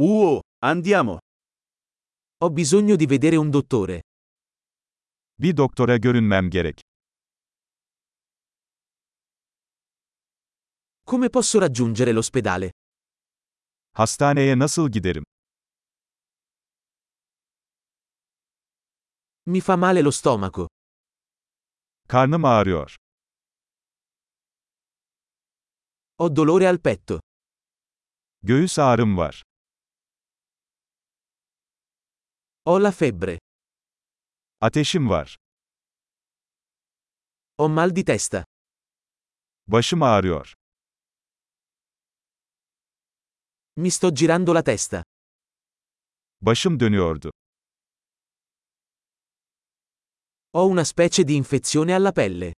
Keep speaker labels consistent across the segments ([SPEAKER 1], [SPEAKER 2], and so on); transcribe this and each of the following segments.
[SPEAKER 1] Uh, andiamo. Ho bisogno di vedere un dottore.
[SPEAKER 2] Bir doktora görünmem gerek.
[SPEAKER 1] Come posso raggiungere l'ospedale?
[SPEAKER 2] Hastaneye nasıl giderim?
[SPEAKER 1] Mi fa male lo stomaco.
[SPEAKER 2] Karnım ağrıyor.
[SPEAKER 1] Ho dolore al petto.
[SPEAKER 2] Göğüs ağrım var.
[SPEAKER 1] Ho la febbre.
[SPEAKER 2] Ateşim var.
[SPEAKER 1] Ho mal di testa.
[SPEAKER 2] Başım ağrıyor.
[SPEAKER 1] Mi sto girando la testa.
[SPEAKER 2] Başım dönüyordu.
[SPEAKER 1] Ho una specie di infezione alla pelle.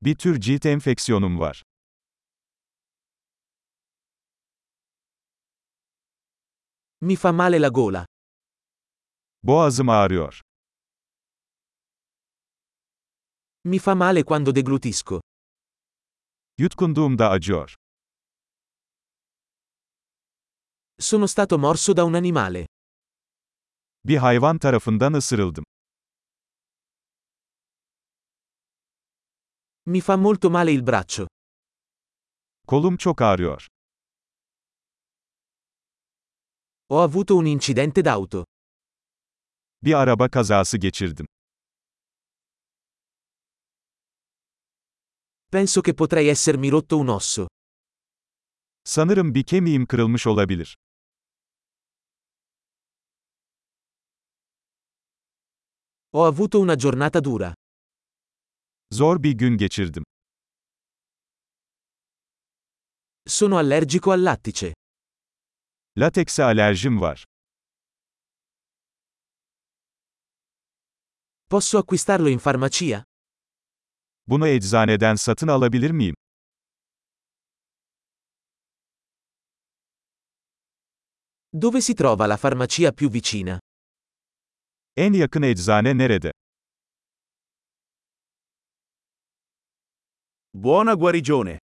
[SPEAKER 2] Bir tür cilt enfeksiyonum var.
[SPEAKER 1] Mi fa male la gola.
[SPEAKER 2] Boğazım ağrıyor.
[SPEAKER 1] Mi fa male quando deglutisco.
[SPEAKER 2] Yutkunduğumda acıyor.
[SPEAKER 1] Sono stato morso da un animale.
[SPEAKER 2] Bir hayvan tarafından ısırıldım.
[SPEAKER 1] Mi fa molto male il braccio.
[SPEAKER 2] Kolum çok ağrıyor.
[SPEAKER 1] Ho avuto un incidente d'auto.
[SPEAKER 2] Bir araba kazası geçirdim.
[SPEAKER 1] Penso che potrei essermi rotto un osso.
[SPEAKER 2] Sanırım bir kemiğim kırılmış olabilir.
[SPEAKER 1] Ho avuto una giornata dura.
[SPEAKER 2] Zor bir gün geçirdim.
[SPEAKER 1] Sono allergico al lattice.
[SPEAKER 2] Latekse alerjim var.
[SPEAKER 1] Posso acquistarlo in farmacia?
[SPEAKER 2] Bunu eczaneden satın alabilir miyim?
[SPEAKER 1] Dove si trova la farmacia più vicina?
[SPEAKER 2] En yakın eczane nerede?
[SPEAKER 1] Buona guarigione!